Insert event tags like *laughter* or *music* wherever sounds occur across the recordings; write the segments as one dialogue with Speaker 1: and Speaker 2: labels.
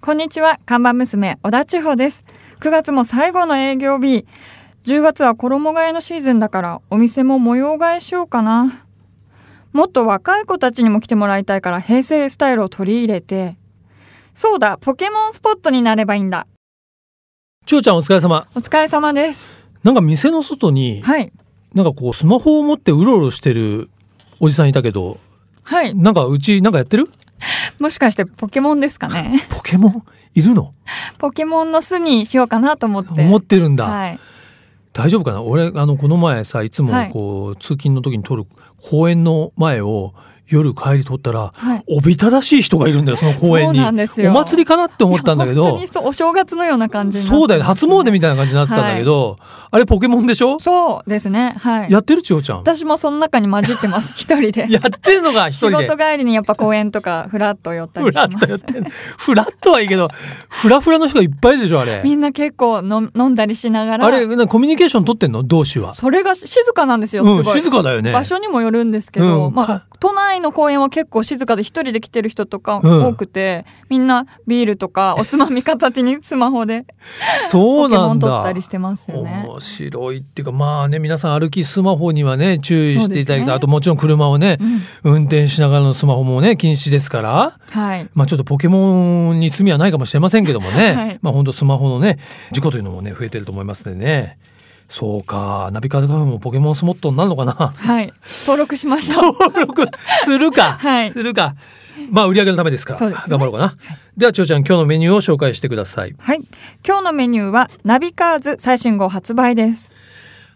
Speaker 1: こんにちは看板娘小田千穂です9月も最後の営業日10月は衣替えのシーズンだからお店も模様替えしようかなもっと若い子たちにも来てもらいたいから平成スタイルを取り入れてそうだポケモンスポットになればいいんだ
Speaker 2: ちおちゃんお疲れ様。
Speaker 1: お疲れ様です
Speaker 2: なんか店の外に、
Speaker 1: はい
Speaker 2: なんかこうスマホを持ってうろうろしてるおじさんいたけど、
Speaker 1: はい
Speaker 2: なんかうちなんかやってる
Speaker 1: もしかしてポケモンですか
Speaker 2: *laughs*
Speaker 1: ね
Speaker 2: ポケモンいるの
Speaker 1: ポケモンの巣にしようかなと思って
Speaker 2: 思ってるんだ。
Speaker 1: はい
Speaker 2: 大丈夫かな俺、あの、この前さ、いつも
Speaker 1: はい
Speaker 2: こう、通勤の時に撮る公園の前を夜帰り撮ったら、
Speaker 1: はい
Speaker 2: おびただしい人がいるんだよ、その公園に。
Speaker 1: そうなんですよ
Speaker 2: お祭りかなって思ったんだけ
Speaker 1: 本当
Speaker 2: ど
Speaker 1: に、そうお正月のような感じになって
Speaker 2: そうだよね、
Speaker 1: ます
Speaker 2: 初詣みたいな感じになってたんだけど、あれポケモンでしょ
Speaker 1: そうですねはい
Speaker 2: やってるちおちゃん。
Speaker 1: 私もその中に混じってます
Speaker 2: *laughs*
Speaker 1: 一人で
Speaker 2: やってるのが一
Speaker 1: 仕
Speaker 2: 人で
Speaker 1: 事。帰りにやっぱ公園とかフラッと寄ったり
Speaker 2: フ
Speaker 1: しま
Speaker 2: ラ
Speaker 1: す
Speaker 2: ッとやってんのフラッとはいいけど、フラフラの人がいっぱいでしょ、あれ。
Speaker 1: みんな結構の飲んだりしながら
Speaker 2: あれ、なコミュニケーション取ってんの同士は。
Speaker 1: それが静かなんですよ、
Speaker 2: うん、
Speaker 1: すごい
Speaker 2: 静かだよね。
Speaker 1: 場所にもよるんですけど、
Speaker 2: うん
Speaker 1: ま
Speaker 2: か
Speaker 1: あ、都内の公園は結構静かで一人で来てる人とか
Speaker 2: うん
Speaker 1: 多くて、みんなビールとかおつまみ片手にスマホで
Speaker 2: そ
Speaker 1: ポ
Speaker 2: う
Speaker 1: ケ
Speaker 2: な
Speaker 1: モ
Speaker 2: ん
Speaker 1: ン取っ
Speaker 2: だ
Speaker 1: た。りしてますよね。
Speaker 2: 面白いっていうか、まあね、皆さん歩きスマホにはね、注意
Speaker 1: そうで
Speaker 2: し
Speaker 1: すね
Speaker 2: ていただきたい。あともちろん車をね、
Speaker 1: うん
Speaker 2: 運転しながらのスマホもね、禁止ですから。
Speaker 1: はい、
Speaker 2: まあちょっとポケモンに罪はないかもしれませんけどもね。
Speaker 1: *laughs* はい
Speaker 2: まあ本当スマホのね、事故というのもね、増えてると思いますんでね。そうか、ナビカルカフェもポケモンスモットになるのかな。
Speaker 1: はい、登録しました。
Speaker 2: 登録するか、
Speaker 1: はい
Speaker 2: するかまあ売り上げのためですから
Speaker 1: そうですね
Speaker 2: 頑張ろうかな、では千代ちゃん今日のメニューを紹介してください
Speaker 1: はい、今日のメニューはナビカーズ最新号発売です。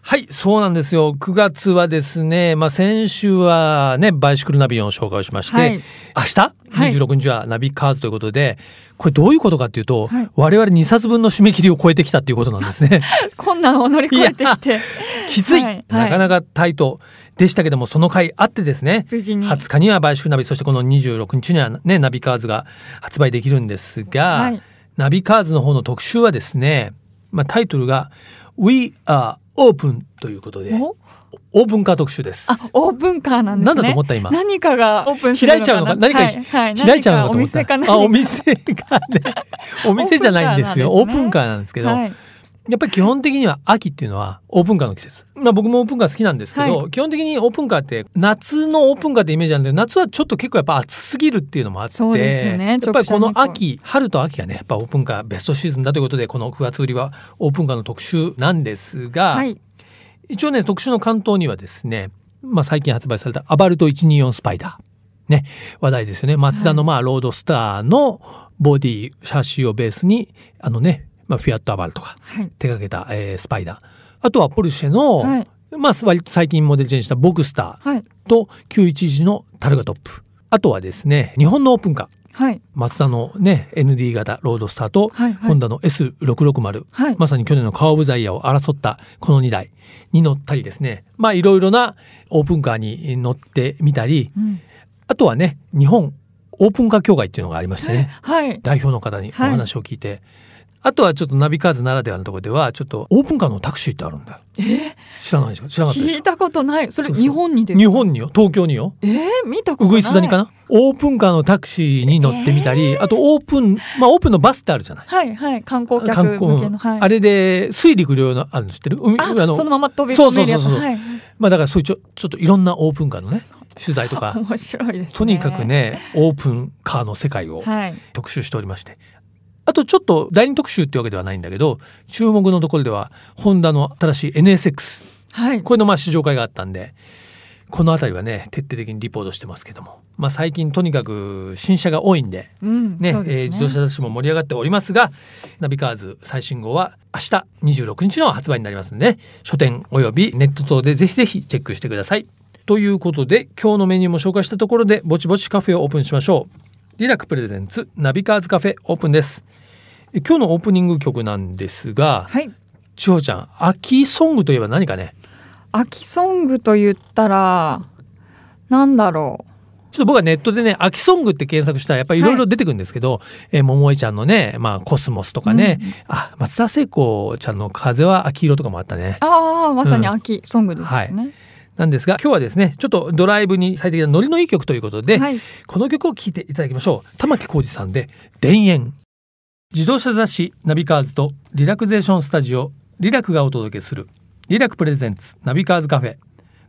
Speaker 2: はいそうなんですよ9月はですねまあ先週はねバイシクルナビオンを紹介をしまして、
Speaker 1: はい
Speaker 2: 明日26日はナビカーズということで、これどういうことかっていうと、
Speaker 1: はい
Speaker 2: 我々2冊分の締め切りを超えてきたっていうことなんですね
Speaker 1: 困難を乗り越えてきて、
Speaker 2: *laughs* きつ
Speaker 1: は
Speaker 2: い、
Speaker 1: いはい
Speaker 2: なかなかタイトでしたけどもその回あってですね
Speaker 1: 無事に。
Speaker 2: 20日にはバイシクルナビそしてこの26日にはねナビカーズが発売できるんですが、
Speaker 1: はい
Speaker 2: ナビカーズの方の特集はですね、まあ、タイトルが「We are open」ということで
Speaker 1: お
Speaker 2: オープンカー特集です。
Speaker 1: あ、オープンカーなんですね。
Speaker 2: なんだと思った今
Speaker 1: 何かがオープンする
Speaker 2: 開いちゃうのか何か、
Speaker 1: はいはい、
Speaker 2: 開いちゃう
Speaker 1: 何お
Speaker 2: のかと思った
Speaker 1: 店かな
Speaker 2: あお店がねお店じゃないんですよ
Speaker 1: オ
Speaker 2: オ
Speaker 1: ー
Speaker 2: ー
Speaker 1: プ
Speaker 2: プ
Speaker 1: ン
Speaker 2: ン
Speaker 1: カ
Speaker 2: カ
Speaker 1: ー
Speaker 2: ーなんですけど、
Speaker 1: はい、
Speaker 2: やっぱり基本的には秋っていうのはオープンカーの季節。まあ僕もオープンカー好きなんですけど、
Speaker 1: は
Speaker 2: 基本的にオープンカーって夏のオープンカーってイメージなんで、夏はちょっと結構やっぱ暑すぎるっていうのもあって、
Speaker 1: そうですね
Speaker 2: やっぱりこの
Speaker 1: 直射日
Speaker 2: 秋、春と秋がね、やっぱオープンカーベストシーズンだということで、この9月売りはオープンカーの特集なんですが、
Speaker 1: はい、
Speaker 2: 一応ね、特集の関東にはですね、まあ最近発売されたアバルト124スパイダー。ね、話題ですよね。マツダのまあロードスターのボディ、シャーシーをベースに、あのね、まあフィアットアバルとか、
Speaker 1: はい、
Speaker 2: 手掛けた、えースパイダーあとはポルシェの、
Speaker 1: はい
Speaker 2: まあ、割と最近モデルチェンジしたボクスタ
Speaker 1: はい、
Speaker 2: ーと911のタルガトップあとはですね日本のオープンカー
Speaker 1: はい、
Speaker 2: マツダのね ND 型ロードスターと、
Speaker 1: はいはい
Speaker 2: ホンダの S660、
Speaker 1: はい
Speaker 2: まさに去年のカー・オブ・ザ・イヤーを争ったこの2台に乗ったりですねまあいろいろなオープンカーに乗ってみたり
Speaker 1: うん、
Speaker 2: あとはね日本オープンカー協会っていうのがありましてね
Speaker 1: はい、
Speaker 2: 代表の方にお話を聞いて、あとはちょっとナビカーズならではのところではちょっとオープンカーのタクシーってあるんだよ知らないでしょ知らなかったで
Speaker 1: 聞
Speaker 2: し
Speaker 1: い
Speaker 2: ょ
Speaker 1: たことない。それ
Speaker 2: そうそう
Speaker 1: 日本にですか。
Speaker 2: 日本によ東京によ
Speaker 1: えー、見たことな
Speaker 2: う
Speaker 1: い。
Speaker 2: ぐいす谷かなオープンカーのタクシーに乗ってみたり、あとオープンまあオープンのバスってあるじゃない
Speaker 1: はい、はい、観光客
Speaker 2: 観
Speaker 1: 向
Speaker 2: 光
Speaker 1: けの、はい、
Speaker 2: あれで水陸両用のあるの知ってる海
Speaker 1: あ
Speaker 2: の
Speaker 1: そのまま飛び
Speaker 2: そう
Speaker 1: 込
Speaker 2: そ
Speaker 1: め
Speaker 2: う
Speaker 1: る
Speaker 2: そ
Speaker 1: やつ。
Speaker 2: うそう、
Speaker 1: はい、
Speaker 2: まあだからそういうちょちょっといろんなオープンカーのね取材とか
Speaker 1: 面白いです、ね。
Speaker 2: とにかく、ねオープンカーの世界を
Speaker 1: はい、
Speaker 2: 特集しておりましてあとちょっと第二特集ってわけではないんだけど注目のところではホンダの新しい NSX
Speaker 1: はい、
Speaker 2: これのまあ試乗会があったんでこの辺りはね徹底的にリポートしてますけども、まあ、最近とにかく新車が多いんで,、
Speaker 1: うん、
Speaker 2: ね
Speaker 1: そうですね
Speaker 2: えー自動車雑誌も盛り上がっておりますがナビカーズ最新号は明日26日の発売になりますので、ね、書店およびネット等でぜひぜひチェックしてください。ということで今日のメニューも紹介したところでぼちぼちカフェをオープンしましょう。リラックプレゼンツナビカーズカフェオープンです。え今日のオープニング曲なんですが、
Speaker 1: はい。
Speaker 2: 千穂ちゃん秋ソングといえば何かね
Speaker 1: 秋ソングと言ったら、なんだろ
Speaker 2: ちょっと僕はネットでね、秋ソングって検索したらやっぱりいろいろ出てくるんですけど、えー桃井ちゃんのね、まあコスモスとかね、あ、松田聖子ちゃんの風は秋色とかもあったね
Speaker 1: う。。ああ、まさに秋ソングですね。
Speaker 2: なんですが、今日はですね、ちょっとドライブに最適なノリのいい曲ということで、
Speaker 1: はい
Speaker 2: この曲を聴いていただきましょう。玉置浩二さんで、田園。自動車雑誌ナビカーズとリラクゼーションスタジオリラクがお届けするリラクプレゼンツナビカーズカフェ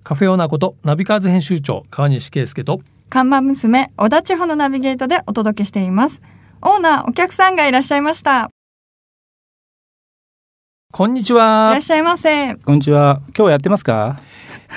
Speaker 2: カフェオーナーことナビカーズ編集長川西圭介と
Speaker 1: 看板娘小田千穂のナビゲートでお届けしていますオーナーお客さんがいらっしゃいました
Speaker 2: こんにち
Speaker 1: い
Speaker 2: は
Speaker 1: らっしゃいませ
Speaker 3: こんにちは。今日やってますか。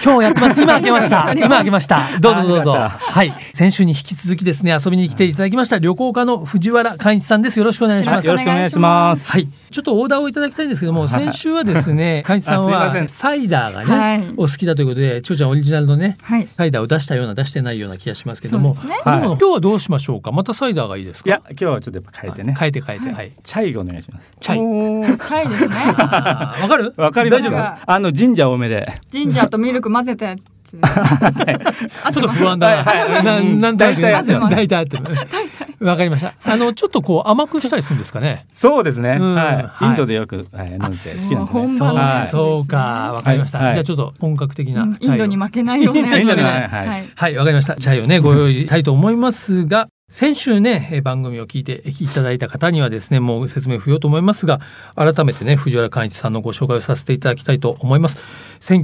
Speaker 2: 今日やってます今開けま
Speaker 3: *laughs*
Speaker 2: した
Speaker 1: ありがとう
Speaker 2: 今開けましたどうぞどうぞ
Speaker 3: あよかった
Speaker 2: はい先週に引き続きですね遊びに来ていただきました旅行家の藤原寛一さんですよろしくお願いしま
Speaker 1: は
Speaker 2: す
Speaker 1: よろしくお願いします
Speaker 2: はい、ちょっとオーダーをいただきたいんですけども、
Speaker 3: はい
Speaker 2: 先週はですね、かいさん
Speaker 3: *laughs* あすいませ
Speaker 2: は
Speaker 3: ん
Speaker 2: サイダーがね、
Speaker 1: はい
Speaker 2: お好きだということで、ちょうちゃんオリジナルのね、
Speaker 1: はい
Speaker 2: サイダーを出したような出してないような気がしますけども、
Speaker 1: そうですね
Speaker 2: でも
Speaker 3: は
Speaker 2: 今
Speaker 3: い
Speaker 2: 日はどうしましょうか。またサイダーがいいですか。
Speaker 3: いや、今日はちょっとやっぱ変えてね。
Speaker 2: 変えて変えて、はい。
Speaker 3: チャイがお願いします。
Speaker 2: チャイ。
Speaker 1: おーチャイ
Speaker 2: *laughs*
Speaker 1: ですね
Speaker 2: あーわかる？
Speaker 3: *laughs* わかりま
Speaker 2: 大
Speaker 3: す
Speaker 2: 丈夫。
Speaker 1: なん
Speaker 2: ち
Speaker 1: か
Speaker 3: あの神社多めで。
Speaker 1: ジンジャーとミルク混ぜたやつ
Speaker 2: ょっと不安だな。
Speaker 3: はいはい
Speaker 2: な
Speaker 3: うん
Speaker 2: なんとなく
Speaker 3: 大体合ってます
Speaker 2: 大体合ってますわかりました。あのちょっとこう甘くしたりするんですかね。
Speaker 3: そうですね。
Speaker 2: うん
Speaker 3: は。
Speaker 2: はいい
Speaker 3: インドでよく、はい、飲んで好きなん
Speaker 1: もう本
Speaker 3: で
Speaker 2: そ
Speaker 1: 場
Speaker 2: う
Speaker 1: のやつですね
Speaker 2: そうか、わかりました。
Speaker 3: はいはい
Speaker 2: じゃあちょっと本格的な
Speaker 1: うん
Speaker 2: チ
Speaker 1: イ
Speaker 2: ャイを
Speaker 1: ンドに負けないようなやつ
Speaker 3: インドに負け
Speaker 1: は
Speaker 3: ないはい
Speaker 1: はい
Speaker 2: はい、わかりました。チャイをね、ご用意したいと思いますが、先週ね、えー番組を聞いていただいた方にはですね、もう説明不要と思いますが、改めてね、藤原寛一さんのご紹介をさせていただきたいと思います。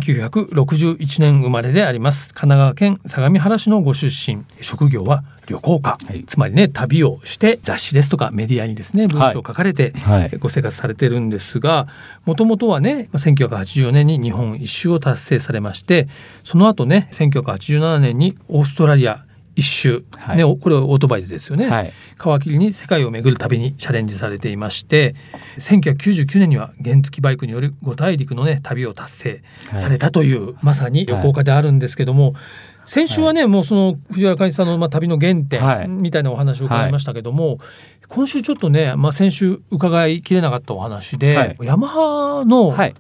Speaker 2: 1961年生まれであります。神奈川県相模原市のご出身。職業は旅行家。
Speaker 3: はい
Speaker 2: つまりね、旅をして雑誌ですとかメディアにですね、文章を書かれて、
Speaker 3: すね。はい。
Speaker 2: ご生活されてるんですがもともとはねまあ1984年に日本一周を達成されましてその後ね1987年にオーストラリア一周、
Speaker 3: はい
Speaker 2: ね、おこれオートバイでですよね、
Speaker 3: はい。
Speaker 2: 皮切りに世界を巡る旅にチャレンジされていまして1999年には原付バイクによる五大陸のね旅を達成
Speaker 3: はい
Speaker 2: されたという、まさに旅行家であるんですけども、先週はね、もうその藤原寛一さんのまあ旅の原
Speaker 3: はい
Speaker 2: 点みたいなお話を伺いましたけども、今週ちょっとね、まあ、先週伺いきれなかったお話で、
Speaker 3: はい
Speaker 2: ヤマハの
Speaker 3: はい。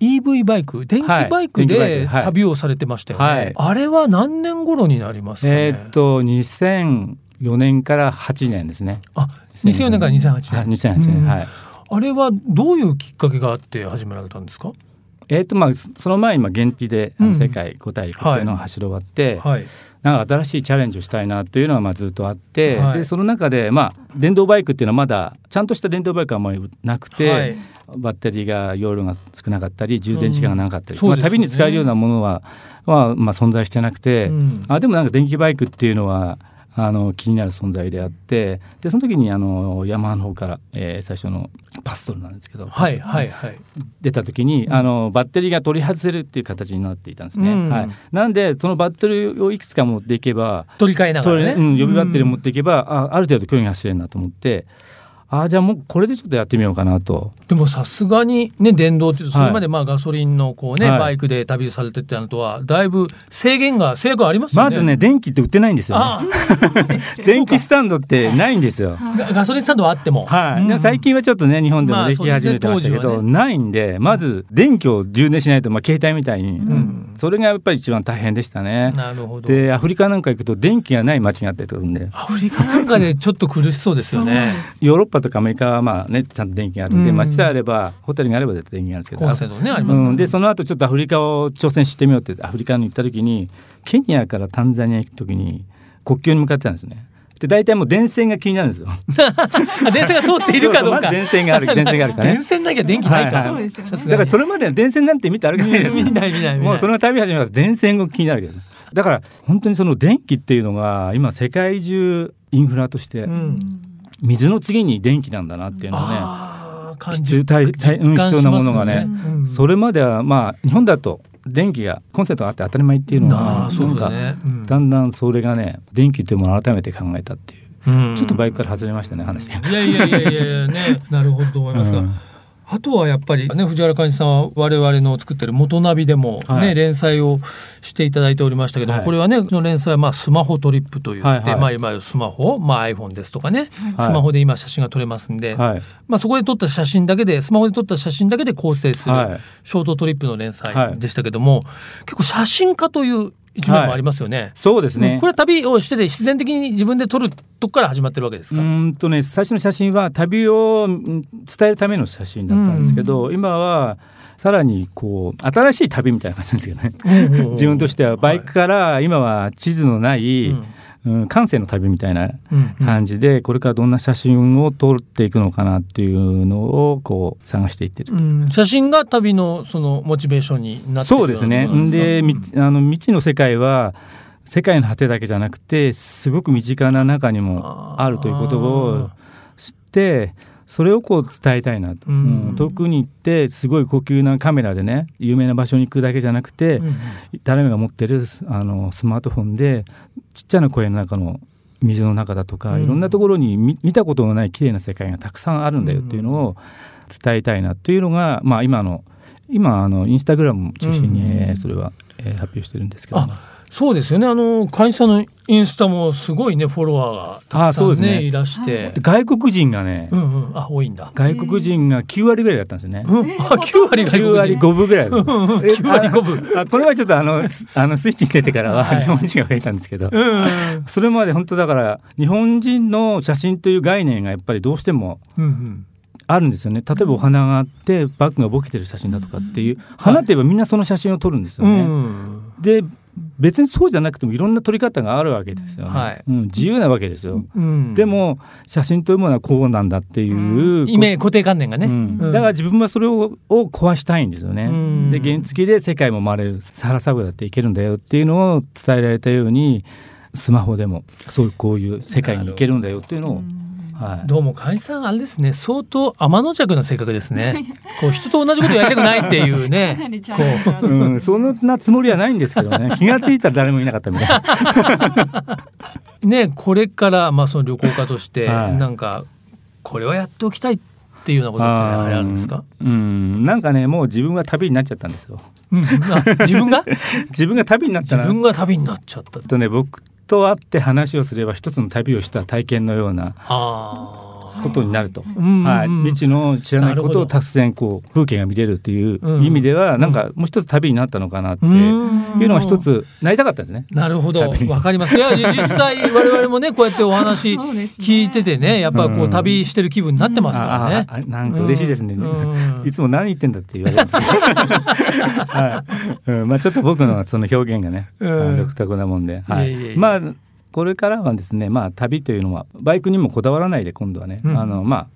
Speaker 2: EV バイク電気バイク
Speaker 3: 電気バイ
Speaker 2: で
Speaker 3: クはい
Speaker 2: 旅をされてましたよね、
Speaker 3: はい
Speaker 2: あれは何年頃になりますかね、
Speaker 3: えーっと、2004年から8年ですね。
Speaker 2: あ2004年から2008年、
Speaker 3: はい、2008年。
Speaker 2: うん
Speaker 3: はい。
Speaker 2: あれはどういうきっかけがあって始められたんですか。
Speaker 3: えーっと、まあ、そその前に、まあ、原付で、あ
Speaker 2: う
Speaker 3: の
Speaker 2: ん
Speaker 3: 世界五大陸っていうのを走り終わって。
Speaker 2: はい。
Speaker 3: なんか新しいチャレンジをしたいなというのはまあずっとあって、
Speaker 2: はい
Speaker 3: でその中で、まあ、電動バイクっていうのはまだちゃんとした電動バイクはあんまりなくて、
Speaker 2: はい
Speaker 3: バッテリーが容量が少なかったり充電時間が長かったり、
Speaker 2: うんそう
Speaker 3: まあ、
Speaker 2: ですよね
Speaker 3: 旅に使えるようなものは、まあまあ、存在してなくて、
Speaker 2: うん
Speaker 3: あでもなんか電気バイクっていうのはあの気になる存在であってでその時にあのヤマハの方から、えー最初のパストルなんですけど、
Speaker 2: はいはいはい。
Speaker 3: 出た時に、あのバッテリーが取り外せるっていう形になっていたんですね。
Speaker 2: うん
Speaker 3: はい、なんでそのバッテリーをいくつか持っていけば
Speaker 2: 取り替えなが
Speaker 3: と
Speaker 2: らね。
Speaker 3: うん、予備バッテリー持っ
Speaker 2: って
Speaker 3: いけば、あある程度距離が走れるなと思ってああじゃあもうこれでちょっとやってみようかなと
Speaker 2: でもさすがにね電動っていうとそ
Speaker 3: はい
Speaker 2: れまでまあガソリンのこうね、
Speaker 3: はい
Speaker 2: バイクで旅されてたのとはだいぶ制限が制約ありますよ
Speaker 3: ま
Speaker 2: ね。
Speaker 3: ずね電気って売ってないんですよ、
Speaker 2: あ
Speaker 3: ね、電気スタンドってないんですよ
Speaker 2: あガガソリンスタンドはあっても。
Speaker 3: はい、
Speaker 2: うん
Speaker 3: で最近はちょっとね日本で
Speaker 2: ま
Speaker 3: も
Speaker 2: あ
Speaker 3: でき始めてました
Speaker 2: そ
Speaker 3: け
Speaker 2: うで
Speaker 3: ど、
Speaker 2: すね当時
Speaker 3: ないんでまず電気を充電しないと、まあ、携帯みたいに、
Speaker 1: うん
Speaker 3: それがやっぱり一番大変でしたね
Speaker 2: なるほど。
Speaker 3: でアフリカなんか行くと電気がない街があったりとかするんで
Speaker 2: アフリカなんかでちょっと苦しそうですよね。
Speaker 3: ヨーロッパとかアメリカはまあねちゃんと電気があるんで、
Speaker 2: うん
Speaker 3: 街さえあればホテルがあれば絶対電気があるんですけど
Speaker 2: コンセントねありますから
Speaker 3: うん、でその後ちょっとアフリカを挑戦してみようってアフリカに行った時にケニアからタンザニア行く時に国境に向かってたんですね。で大体もう電線が気になるんですよ。
Speaker 2: あ電線が通っているかどう
Speaker 3: まず
Speaker 2: か。
Speaker 3: 電線がある
Speaker 2: *laughs*
Speaker 3: 電線があるからね
Speaker 2: 電。線なきゃ電気ないか
Speaker 3: はい
Speaker 2: ら
Speaker 3: は。い
Speaker 1: そうですよね
Speaker 2: さすが
Speaker 3: だから
Speaker 2: に
Speaker 3: それまでの電線なんて見たあるわけない *laughs* ですよ
Speaker 2: 見ない見ない見ない。
Speaker 3: もうその旅始めたら電線が気になるわけです。だから本当にその電気っていうのが今世界中インフラとして
Speaker 2: うん。
Speaker 3: 水の次に電気なんだなっていうのをね。
Speaker 2: ああ感
Speaker 3: 必要大大うん必要なものがね
Speaker 2: うん
Speaker 3: それまではまあ日本だと電気がコンセントがあって当たり前っていう
Speaker 2: な
Speaker 3: のが
Speaker 2: あそうだ
Speaker 3: なんか
Speaker 2: ね。うん
Speaker 3: だんだんそれがね電気というものを改めて考えたっていう
Speaker 2: うん
Speaker 3: ちょっとバイクから外れましたね話が。
Speaker 2: いやいやいやいやいや
Speaker 3: *laughs*
Speaker 2: ねなるほどと思いますが、
Speaker 3: うん
Speaker 2: あとはやっぱりね藤原寛一さんは我々の作ってる元ナビでもね、
Speaker 3: はい
Speaker 2: 連載をしていただいておりましたけども、
Speaker 3: はい
Speaker 2: これはねその連載はまあスマホトリップといって、
Speaker 3: はいはい
Speaker 2: まあ今やスマホ、まあ、iPhone ですとかね、
Speaker 3: はい
Speaker 2: スマホで今写真が撮れますんで、
Speaker 3: はい
Speaker 2: まあ、そこで撮った写真だけでスマホで撮った写真だけで構成する
Speaker 3: はい
Speaker 2: ショートトリップの連載でしたけども、結構写真家という一面もありますよね。
Speaker 3: そうですね。
Speaker 2: これは旅をしてて必然的に自分で撮るとこから始まってるわけです
Speaker 3: う
Speaker 2: か、
Speaker 3: ーんとね最初の写真は旅をうん伝えるための写真だったんですけど、今はさらにこう新しい旅みたいな感じなんですよね。自分としてはバイクから今は地図のない、
Speaker 2: うん
Speaker 3: うん、感性の旅みたいな
Speaker 2: うんうん
Speaker 3: 感じで、これからどんな写真を撮っていくのかなっていうのをこう探していってる。
Speaker 2: うん写真が旅のそのモチベーションになってる
Speaker 3: そうです
Speaker 2: よう
Speaker 3: ね
Speaker 2: なものなん
Speaker 3: で
Speaker 2: か
Speaker 3: みあの未知の世界は世界の果てだけじゃなくてすごく身近な中にもあるということを知ってそれをこう伝えたいなと、
Speaker 2: うん
Speaker 3: うん遠くに行ってすごい高級なカメラでね有名な場所に行くだけじゃなくて、
Speaker 2: うんうん
Speaker 3: 誰もが持ってるあのスマートフォンでちっちゃな小屋の中の水の中だとか、
Speaker 2: うん
Speaker 3: いろんなところに見見たことのない綺麗な世界がたくさんあるんだよっていうのを伝えたいなというのが、まあ、今の今あのインスタグラムを中心に、
Speaker 2: うん
Speaker 3: えーそれは、えー発表してるんですけども
Speaker 2: そうですよねあの会社のインスタもすごいねフォロワーがた
Speaker 3: あ
Speaker 2: くさ
Speaker 3: そうんです
Speaker 2: ね
Speaker 3: ね
Speaker 2: いらして、
Speaker 3: で外国人がね、
Speaker 2: うんうんあ多いんだ、
Speaker 3: 外国人が9割ぐらいだったんですよね。
Speaker 2: うん、あ9割が
Speaker 3: 9割5分ぐらいだった。9割5分。あこれはちょっとあの、すあのスイッチに出てからは
Speaker 2: はい
Speaker 3: 日本人が増えたんですけど、
Speaker 2: うんうん
Speaker 3: それまで本当だから日本人の写真という概念がやっぱりどうしても
Speaker 2: うん
Speaker 3: あるんですよね例えばお花があってバッグがボケてる写真だとかっていう花っていえばみんなその写真を撮るんです
Speaker 2: う
Speaker 3: よね。
Speaker 2: ん
Speaker 3: で別にそうじゃなくてもいろんな撮り方があるわけですよね、
Speaker 2: はい
Speaker 3: うん、自由なわけですよ。
Speaker 2: うん
Speaker 3: でも写真というものはこうなんだっていう、
Speaker 1: う
Speaker 2: イメージ固定観念がね、
Speaker 3: うん
Speaker 2: うん
Speaker 3: だから自分はそれをを壊したいんですよね。
Speaker 2: うん
Speaker 3: で原付で世界も回れるサラサブだっていけるんだよっていうのを伝えられたようにスマホでもそういうこういう世界に行けるんだよっていうのを、はい、
Speaker 2: どうも会社さんあれですね相当天の弱な性格ですねこう人と同じことやりたくないっていう
Speaker 1: かな
Speaker 2: ね
Speaker 1: りチャ
Speaker 2: こ
Speaker 1: レンジャー
Speaker 2: う
Speaker 1: で
Speaker 3: うん、そんなつもりはないんですけど *laughs* ね気がついたら誰もいなかった
Speaker 2: *laughs*
Speaker 3: みたいな。
Speaker 2: ねこれからまあその旅行家として、
Speaker 3: はい
Speaker 2: なんかこれはやっておきたいっていうようなことってあれあるんですか、
Speaker 3: うん、なんかねもう自分が旅になっちゃったんですよ。
Speaker 2: うんあ自分
Speaker 3: *laughs*
Speaker 2: が
Speaker 3: 自分が旅になっ
Speaker 2: 自
Speaker 3: たら
Speaker 2: 分が旅になっちゃった
Speaker 3: とね僕と会って話をすれば一つの旅をした体験のような
Speaker 2: あ
Speaker 3: ことになると。
Speaker 2: ーうんうん
Speaker 3: はい、
Speaker 2: うん
Speaker 3: 未知の知らない
Speaker 2: な
Speaker 3: こ
Speaker 2: る
Speaker 3: と
Speaker 2: ほ
Speaker 3: を
Speaker 2: ど
Speaker 3: 達然こう風景が見れるという
Speaker 2: うん
Speaker 3: 意味では、なんかもう一つ旅になったのかなって
Speaker 2: う
Speaker 3: いうんのが一つなりたかったですね。
Speaker 2: なるほど
Speaker 3: 旅に
Speaker 2: わかりますいやいや実際我々もねこうやってお話
Speaker 1: *laughs* そうですね
Speaker 2: 聞いててねやっぱこ
Speaker 3: う
Speaker 2: うん旅してる気分になってますからね
Speaker 3: あああなんか嬉しいですね。
Speaker 2: うんうん
Speaker 3: いつも何言ってんだって言わ
Speaker 2: *laughs*
Speaker 3: れるんですけどはいうんまあちょっと僕のその表現がね、
Speaker 2: うん
Speaker 3: あの独特なもんで、はい
Speaker 2: いえいえいえ
Speaker 3: まあこれからはですね、まあ旅というのはバイクにもこだわらないで今度はね、
Speaker 2: うん
Speaker 3: あのまあ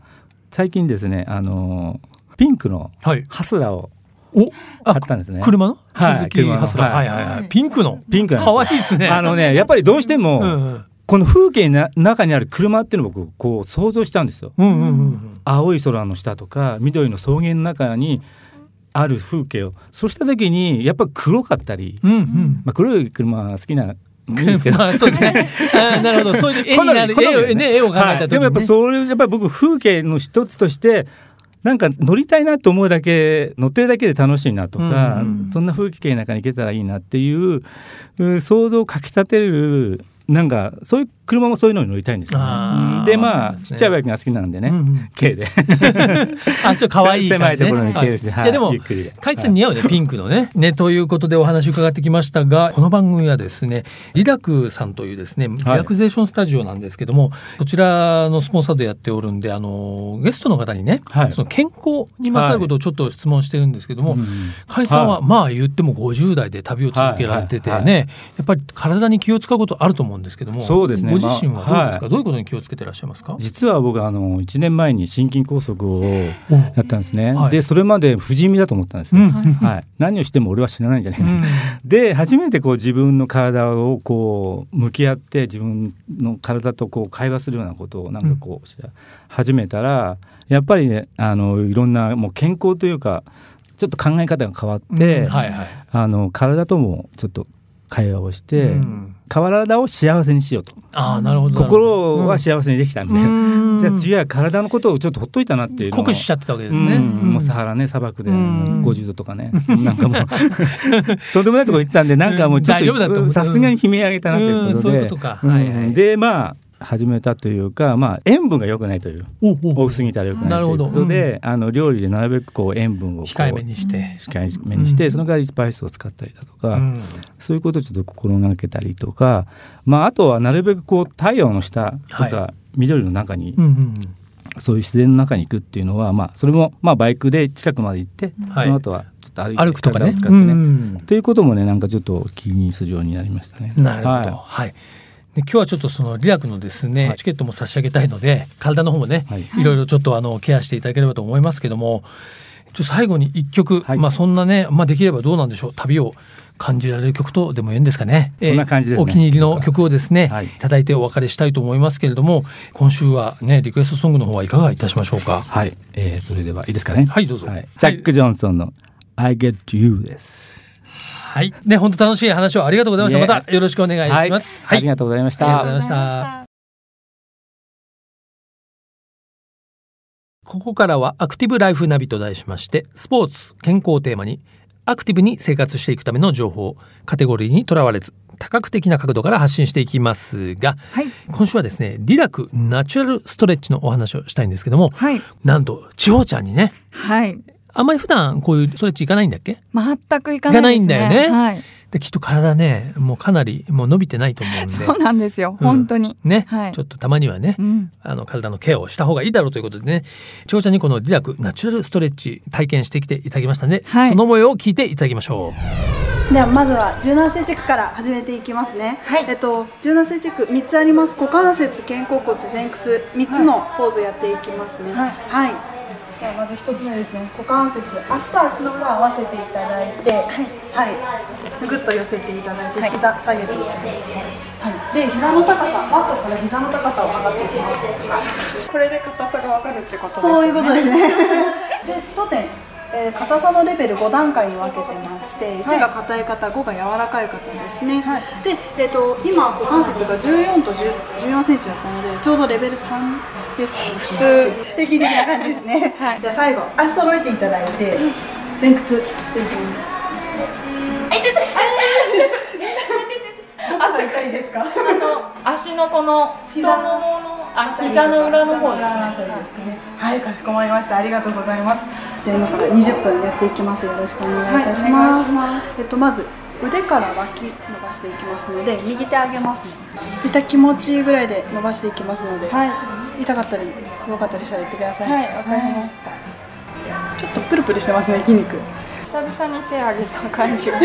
Speaker 3: 最近ですね、あのピンクの
Speaker 2: はい
Speaker 3: ハスラーを
Speaker 2: お
Speaker 3: 買
Speaker 2: あ
Speaker 3: ったんですね。
Speaker 2: 車の
Speaker 3: はい
Speaker 2: 鈴木
Speaker 3: 車の
Speaker 2: ハスラーは
Speaker 3: はいい
Speaker 2: はいは
Speaker 1: はいい
Speaker 2: ピンクの
Speaker 3: ピンクなんですよ
Speaker 2: 可愛いですね
Speaker 3: あのねやっぱりどうしても、
Speaker 2: うん
Speaker 3: この風景の中にある車っていうのを僕こう想像しちゃうんですよ。
Speaker 2: うんうんうん
Speaker 3: 青い空の下とか緑の草原の中にある風景をそうした時にやっぱ黒かったり、
Speaker 2: うんうん
Speaker 3: まあ、黒い車好きなんですけ
Speaker 2: *laughs*
Speaker 3: ど。
Speaker 2: まあそうです
Speaker 3: *laughs*
Speaker 2: ねあーなるほどそういう絵になる
Speaker 3: 好み好み
Speaker 2: 絵をね絵を考
Speaker 3: は
Speaker 2: え
Speaker 3: い
Speaker 2: た時
Speaker 3: でもやっぱ
Speaker 2: にね
Speaker 3: それやっぱり僕風景の一つとしてなんか乗りたいなと思うだけ乗ってるだけで楽しいなとか、
Speaker 2: うん
Speaker 1: うん
Speaker 3: そんな風景の中に行けたらいいなっていううん想像をかきたてるなんかそういう車もそういうのに乗りたいんですよね、
Speaker 2: あー
Speaker 3: うんでまあ
Speaker 2: そうです
Speaker 3: ち
Speaker 2: ね
Speaker 3: っちゃいバイクが好きなんでね、
Speaker 2: うんうん *laughs*
Speaker 3: 軽
Speaker 2: あ
Speaker 3: で
Speaker 2: ちょっと可愛い
Speaker 3: 狭
Speaker 2: 感
Speaker 3: い
Speaker 2: じ
Speaker 3: と
Speaker 2: ね
Speaker 3: ころに軽です、
Speaker 2: はいいやでも
Speaker 3: ゆっくりで
Speaker 2: カイツさん似合うね、ピンクのね。ね、ということでお話伺ってきましたが、この番組はですね、リラクさんというですね、リラクゼーションスタジオなんですけども、こちらのスポンサーでやっておるんで、あの、ゲストの方にね、
Speaker 3: はい
Speaker 2: その健康にまつわることをちょっと質問してるんですけども、
Speaker 3: うん
Speaker 2: カイツさんは、
Speaker 3: は
Speaker 2: まあ言っても50代で旅を続けられててね、
Speaker 3: はいはい
Speaker 2: やっぱり体に気を使うことあると思うんですけども、
Speaker 3: そうですね
Speaker 2: ご自身はどうですか、
Speaker 3: まあは
Speaker 2: ど
Speaker 3: い
Speaker 2: ういうことに気をつけてらっしゃいますか、
Speaker 3: 実は僕あの1年前に心筋梗塞をやったんですね、
Speaker 2: はい
Speaker 3: でそれまで不死身だと思ったんです
Speaker 2: う
Speaker 3: よ、
Speaker 2: ん
Speaker 3: はい、何をしても俺は死なないんじゃないかな、
Speaker 2: うん
Speaker 3: で初めてこう自分の体をこう向き合って自分の体とこう会話するようなことをなんかこうし始めたらやっぱりねあのいろんなもう健康というかちょっと考え方が変わって、
Speaker 2: うんはいはい。
Speaker 3: あの体ともちょっと会話をして、
Speaker 2: うん
Speaker 3: 体を幸せにしようと
Speaker 2: ああ、なるほど。
Speaker 3: 心は幸せにできたみたいな、
Speaker 2: じ
Speaker 3: じゃあ次は体のことをちょっとほっといたなっていうのを
Speaker 2: 酷使しちゃってたわけです
Speaker 3: う
Speaker 2: ね。
Speaker 3: んもうサハラね砂漠で
Speaker 2: うん
Speaker 3: 50度とかね、なんかもう *laughs* とんでもないとこ行ったんでなんかもうちょっ
Speaker 2: うん大丈夫だと思
Speaker 3: と
Speaker 2: う
Speaker 3: さすがに悲鳴あげたなといううんこ
Speaker 2: そ
Speaker 3: と
Speaker 2: ういう
Speaker 3: で
Speaker 2: ことか。
Speaker 3: うん
Speaker 2: はいはい
Speaker 3: でまあ始めたというか、まあ、塩分が良くないという
Speaker 2: おうおう
Speaker 3: 多すぎたら良くないということ
Speaker 2: なる
Speaker 3: で、あの料理でなるべくこう塩分をこう
Speaker 2: 控えめにして。
Speaker 3: 控えめにして、
Speaker 2: うん
Speaker 3: その代わりスパイスを使ったりだと
Speaker 2: う
Speaker 3: か、
Speaker 2: ん
Speaker 3: そういうことをちょっと心がけたりとか、まあ、あとはなるべくこう太陽の下とか、
Speaker 2: は
Speaker 3: 緑の中に
Speaker 2: うんうん
Speaker 3: そういう自然の中に行くっていうのは、まあ、それも、まあ、バイクで近くまで行って、
Speaker 2: はい
Speaker 3: その後はちょっと歩いて
Speaker 2: 歩くとかね
Speaker 3: 体を。使
Speaker 2: う
Speaker 3: ってね。
Speaker 2: ん
Speaker 3: ということもねなんかちょっと気にするようになりましたね。
Speaker 2: なるほど。
Speaker 3: はい
Speaker 2: はい。で今日はちょっとそのリラクのですね、
Speaker 3: はい
Speaker 2: チケットも差し上げたいので体の方もね、
Speaker 3: はい
Speaker 2: い、ろいろちょっとあのケアしていただければと思いますけどもちょっと最後に1曲、
Speaker 3: はい
Speaker 2: まあそんなね、まあ、できればどうなんでしょう旅を感じられる曲とでもいいんですかね。
Speaker 3: そんな感じですね
Speaker 2: お気に入りの曲をですね、
Speaker 3: はい
Speaker 2: い、ただいてお別れしたいと思いますけれども今週はねリクエストソングの方はいかがいたしましょうか。
Speaker 3: はい、えー、それではいいですかね。
Speaker 2: はいどうぞ
Speaker 3: はいジャック・ジョンソンの I get you です。
Speaker 2: はい、ね本当楽しい話をありがとうございました。
Speaker 3: いえ
Speaker 2: またよろしくお願いします。
Speaker 3: ありがとうございまし
Speaker 2: ありがとうございまし
Speaker 3: た
Speaker 2: た。ここからはアクティブライフナビと題しまして、スポーツ、健康をテーマに、アクティブに生活していくための情報、カテゴリーにとらわれず、多角的な角度から発信していきますが、
Speaker 1: はい
Speaker 2: 今週はですね、リラクナチュラルストレッチのお話をしたいんですけども、
Speaker 1: はい
Speaker 2: なんと、地方ちゃんにね、
Speaker 1: はい
Speaker 2: あんまり普段こういうストレッチ行かないんだっけ
Speaker 1: 全くいかないですね
Speaker 2: いかないんだよね
Speaker 1: はい
Speaker 2: で、きっと体ね、もうかなりもう伸びてないと思うんで。
Speaker 1: *laughs* そうなんですよ、
Speaker 2: うん
Speaker 1: 本当に
Speaker 2: ね、
Speaker 1: はい
Speaker 2: ちょっとたまにはね、
Speaker 1: うん
Speaker 2: あの体のケアをした方がいいだろうということでね、ちょうちゃんにこのリラクナチュラルストレッチ体験してきていただきましたので、
Speaker 1: はい
Speaker 2: その模様を聞いていただきましょ
Speaker 4: ではまずは柔軟性チェックから始めていきますね、
Speaker 1: はい
Speaker 4: えっと、柔軟性チェック3つあります股関節肩甲骨前屈3つのポーズやっていきますね
Speaker 1: はい
Speaker 4: はいではまず1つ目ですね股関節足と足の裏を合わせていただいてはい、ぐっと寄せていただいて
Speaker 1: はい
Speaker 4: 膝下げていきます、はい、で膝の高さマットから膝の高さを測っていきます
Speaker 1: これで硬さがわかるってことです
Speaker 4: そういうことですね。で、当店、えー硬さのレベル5段階に分けてまして、1が硬い方、5が柔らかい方ですね。
Speaker 1: はい
Speaker 4: で、えっ、と今股関節が14と10 14センチだったので、ちょうどレベル3です、ね。普通平均的な感じですね。はい、じゃあ最後足揃えていただいて、前屈していきます。あ、痛い痛い。朝痛いですか？
Speaker 1: 足のこの
Speaker 4: 膝の
Speaker 1: 太もものあ
Speaker 4: 膝の裏の方ですね。はい、かしこまりました。ありがとうございます。じゃあ今から20分やっていきます。よろしくお願いいたします。えっとまず腕から脇伸ばしていきますので、右手上げますね。痛気持ちいいぐらいで伸ばしていきますので、痛かったり弱かったりしたら言ってください。
Speaker 5: はい、わかりました。
Speaker 4: ちょっとプルプルしてますね、筋肉。
Speaker 5: 久々に手を挙げた感じが。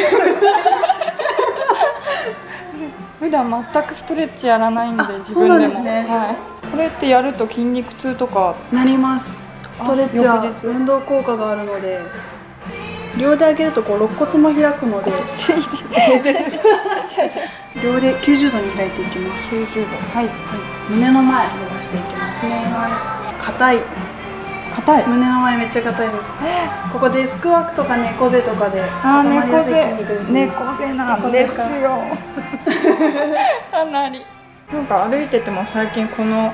Speaker 5: 普段全くストレッチやらないんで
Speaker 4: あ、
Speaker 5: 自分でも。
Speaker 4: そうなんですね
Speaker 5: はい。これってやると筋肉痛とか。
Speaker 4: なります。ストレッチ
Speaker 5: あ
Speaker 4: は
Speaker 5: 翌日
Speaker 4: 運動効果があるので、両手上げるとこう肋骨も開くの
Speaker 5: *laughs*
Speaker 4: で、両手90度に開いていきます。
Speaker 5: 90度。はい。
Speaker 4: 胸の前伸ばしていきますね硬い
Speaker 5: 硬い。
Speaker 4: 胸の前めっちゃ硬いですここデスクワークとか猫背とかで
Speaker 5: あー、
Speaker 4: 固まりや
Speaker 5: 猫
Speaker 4: すい筋肉です
Speaker 5: 背。
Speaker 4: ね
Speaker 5: 猫背なんですよ。 *laughs* かなり。なんか歩いてても最近この。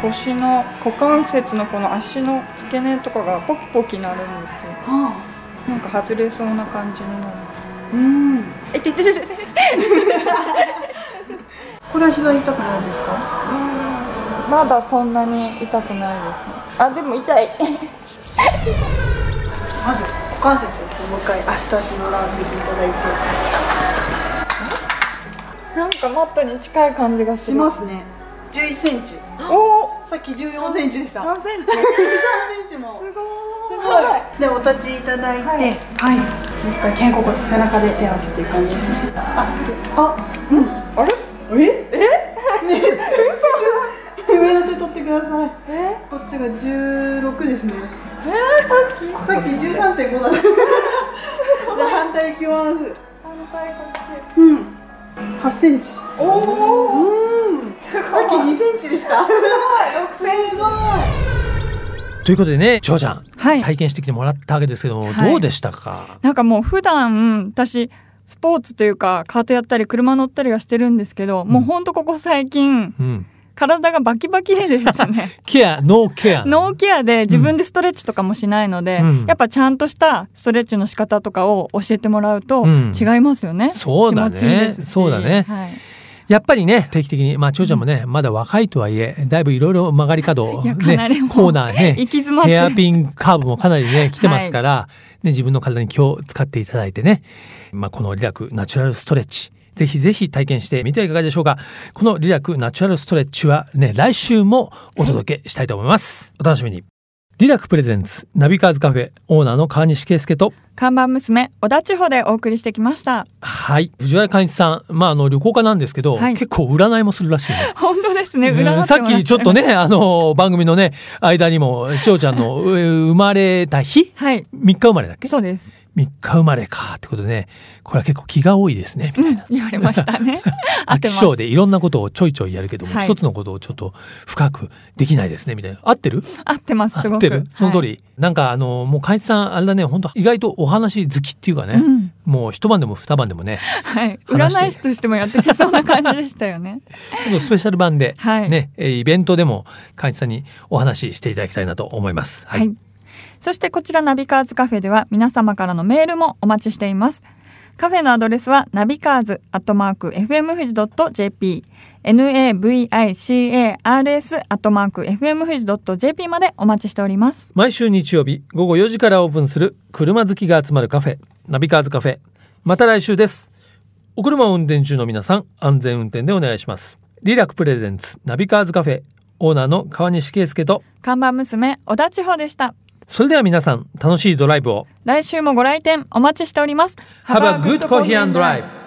Speaker 5: 腰の股関節のこの足の付け根とかがポキポキなるんですよ。
Speaker 4: は
Speaker 5: なんか外れそうな感じにな
Speaker 4: あ
Speaker 5: る。
Speaker 4: うん
Speaker 5: え、ててててて。
Speaker 4: これは膝痛くないですか
Speaker 5: まだそんなに痛くないですね。あ、でも痛 *laughs* い。
Speaker 4: まず股関節ですねもう一回足と足の裏をついていただいて
Speaker 5: なんかマットに近い感じがす
Speaker 4: し
Speaker 5: る。
Speaker 4: ますね11センチ
Speaker 5: おお、
Speaker 4: さっき14センチでした
Speaker 5: 三セ
Speaker 4: *laughs*
Speaker 5: ンチ。す
Speaker 4: 13センチも
Speaker 5: ご
Speaker 4: す
Speaker 5: ーい。
Speaker 4: ごいでお立ちいただいてはい、もう一回肩甲骨背中で手を合わせていく感じですねああ
Speaker 5: あれ、
Speaker 4: ええ *laughs* めっちゃ嘘だ上の手取ってくださいえこっちが16ですねえー、さっきさっき13.5だった *laughs* じゃあ反対いきます
Speaker 5: 反対こっ
Speaker 4: うん8センチ
Speaker 5: ち。おお、
Speaker 4: うんさっき2センチでしたすごい6センチ
Speaker 2: う。ということでね、ちょうちゃん、
Speaker 1: はい
Speaker 2: 体験してきてもらったわけですけども、
Speaker 1: はい
Speaker 2: どうでしたか。
Speaker 1: なんかもう普段私スポーツというかカートやったり車乗ったりはしてるんですけど、もうほんとここ最近
Speaker 2: うん、
Speaker 1: 体がバキバキでですね
Speaker 2: *laughs* ケア、ノーケア。
Speaker 1: ノーケアで自分でストレッチとかもしないので、
Speaker 2: うん
Speaker 1: やっぱちゃんとしたストレッチの仕方とかを教えてもらうと
Speaker 2: うん
Speaker 1: 違いますよね、
Speaker 2: そうだね
Speaker 1: 気持ちいいですし
Speaker 2: そうだね
Speaker 1: はい、
Speaker 2: やっぱりね、定期的に、まあ、ちょうちゃんもね、まだ若いとはいえ、だいぶいろいろ曲がり角、
Speaker 1: い
Speaker 2: ね、
Speaker 1: や
Speaker 2: コ
Speaker 1: かなりもう
Speaker 2: ーナーね
Speaker 1: 行、き詰まって
Speaker 2: ヘアピンカーブもかなりね、来てますから、ね、自分の体に気を使っていただいてね、まあ、このリラクナチュラルストレッチ、ぜひぜひ体験してみてはいかがでしょうか。このリラクナチュラルストレッチはね、来週もお届けしたいと思います。お楽しみに。リラクプレゼンツナビカーズカフェオーナーの川西圭介と
Speaker 1: 看板娘小田地方でお送りしてきました
Speaker 2: はい藤原寛一さんまああの旅行家なんですけど、
Speaker 1: はい
Speaker 2: 結構占いもするらしいね
Speaker 1: 本当ですね占ってもら
Speaker 2: うん
Speaker 1: て
Speaker 2: さっきちょっとね、あの、番組のね、間にも、千代ちゃんのえー生まれた日
Speaker 1: はい
Speaker 2: 3日生まれだっけ ?3
Speaker 1: そうです
Speaker 2: 日生まれかってことでね、これは結構気が多いですね。
Speaker 1: 言われましたね合っ
Speaker 2: *laughs* 飽
Speaker 1: て
Speaker 2: き
Speaker 1: ます
Speaker 2: 性でいろんなことをちょいちょいやるけども、
Speaker 1: はい
Speaker 2: 一つのことをちょっと深くできないですね、みたいな。合ってる
Speaker 1: 合ってますす
Speaker 2: 合
Speaker 1: ご
Speaker 2: っ
Speaker 1: く
Speaker 2: てるその通り、
Speaker 1: はい
Speaker 2: なんかあの、もう海津さん、あれだね、本当意外とお話好きっていうかね、
Speaker 1: うん
Speaker 2: もう一晩でも二晩でもね、
Speaker 1: はい、
Speaker 2: 話して
Speaker 1: 占い師としてもやってきそうな感じでしたよね
Speaker 2: 今度スペシャル版で、
Speaker 1: はい
Speaker 2: ね、えーイベントでも海津さんにお話ししていただきたいなと思います。
Speaker 1: はい、そしてこちらナビカーズカフェでは皆様からのメールもお待ちしていますカフェのアドレスはナビカーズアットマーク FM 富士 .jp navicars アットマーク FM 富士 .jp までお待ちしております
Speaker 2: 毎週日曜日午後4時からオープンする車好きが集まるカフェナビカーズカフェまた来週ですお車を運転中の皆さん安全運転でお願いしますリラックプレゼンツナビカーズカフェオーナーの川西圭介と
Speaker 1: 看板娘小田千穂でした
Speaker 2: それでは皆さん楽しいドライブを
Speaker 1: 来週もご来店お待ちしております
Speaker 2: Have a good coffee and drive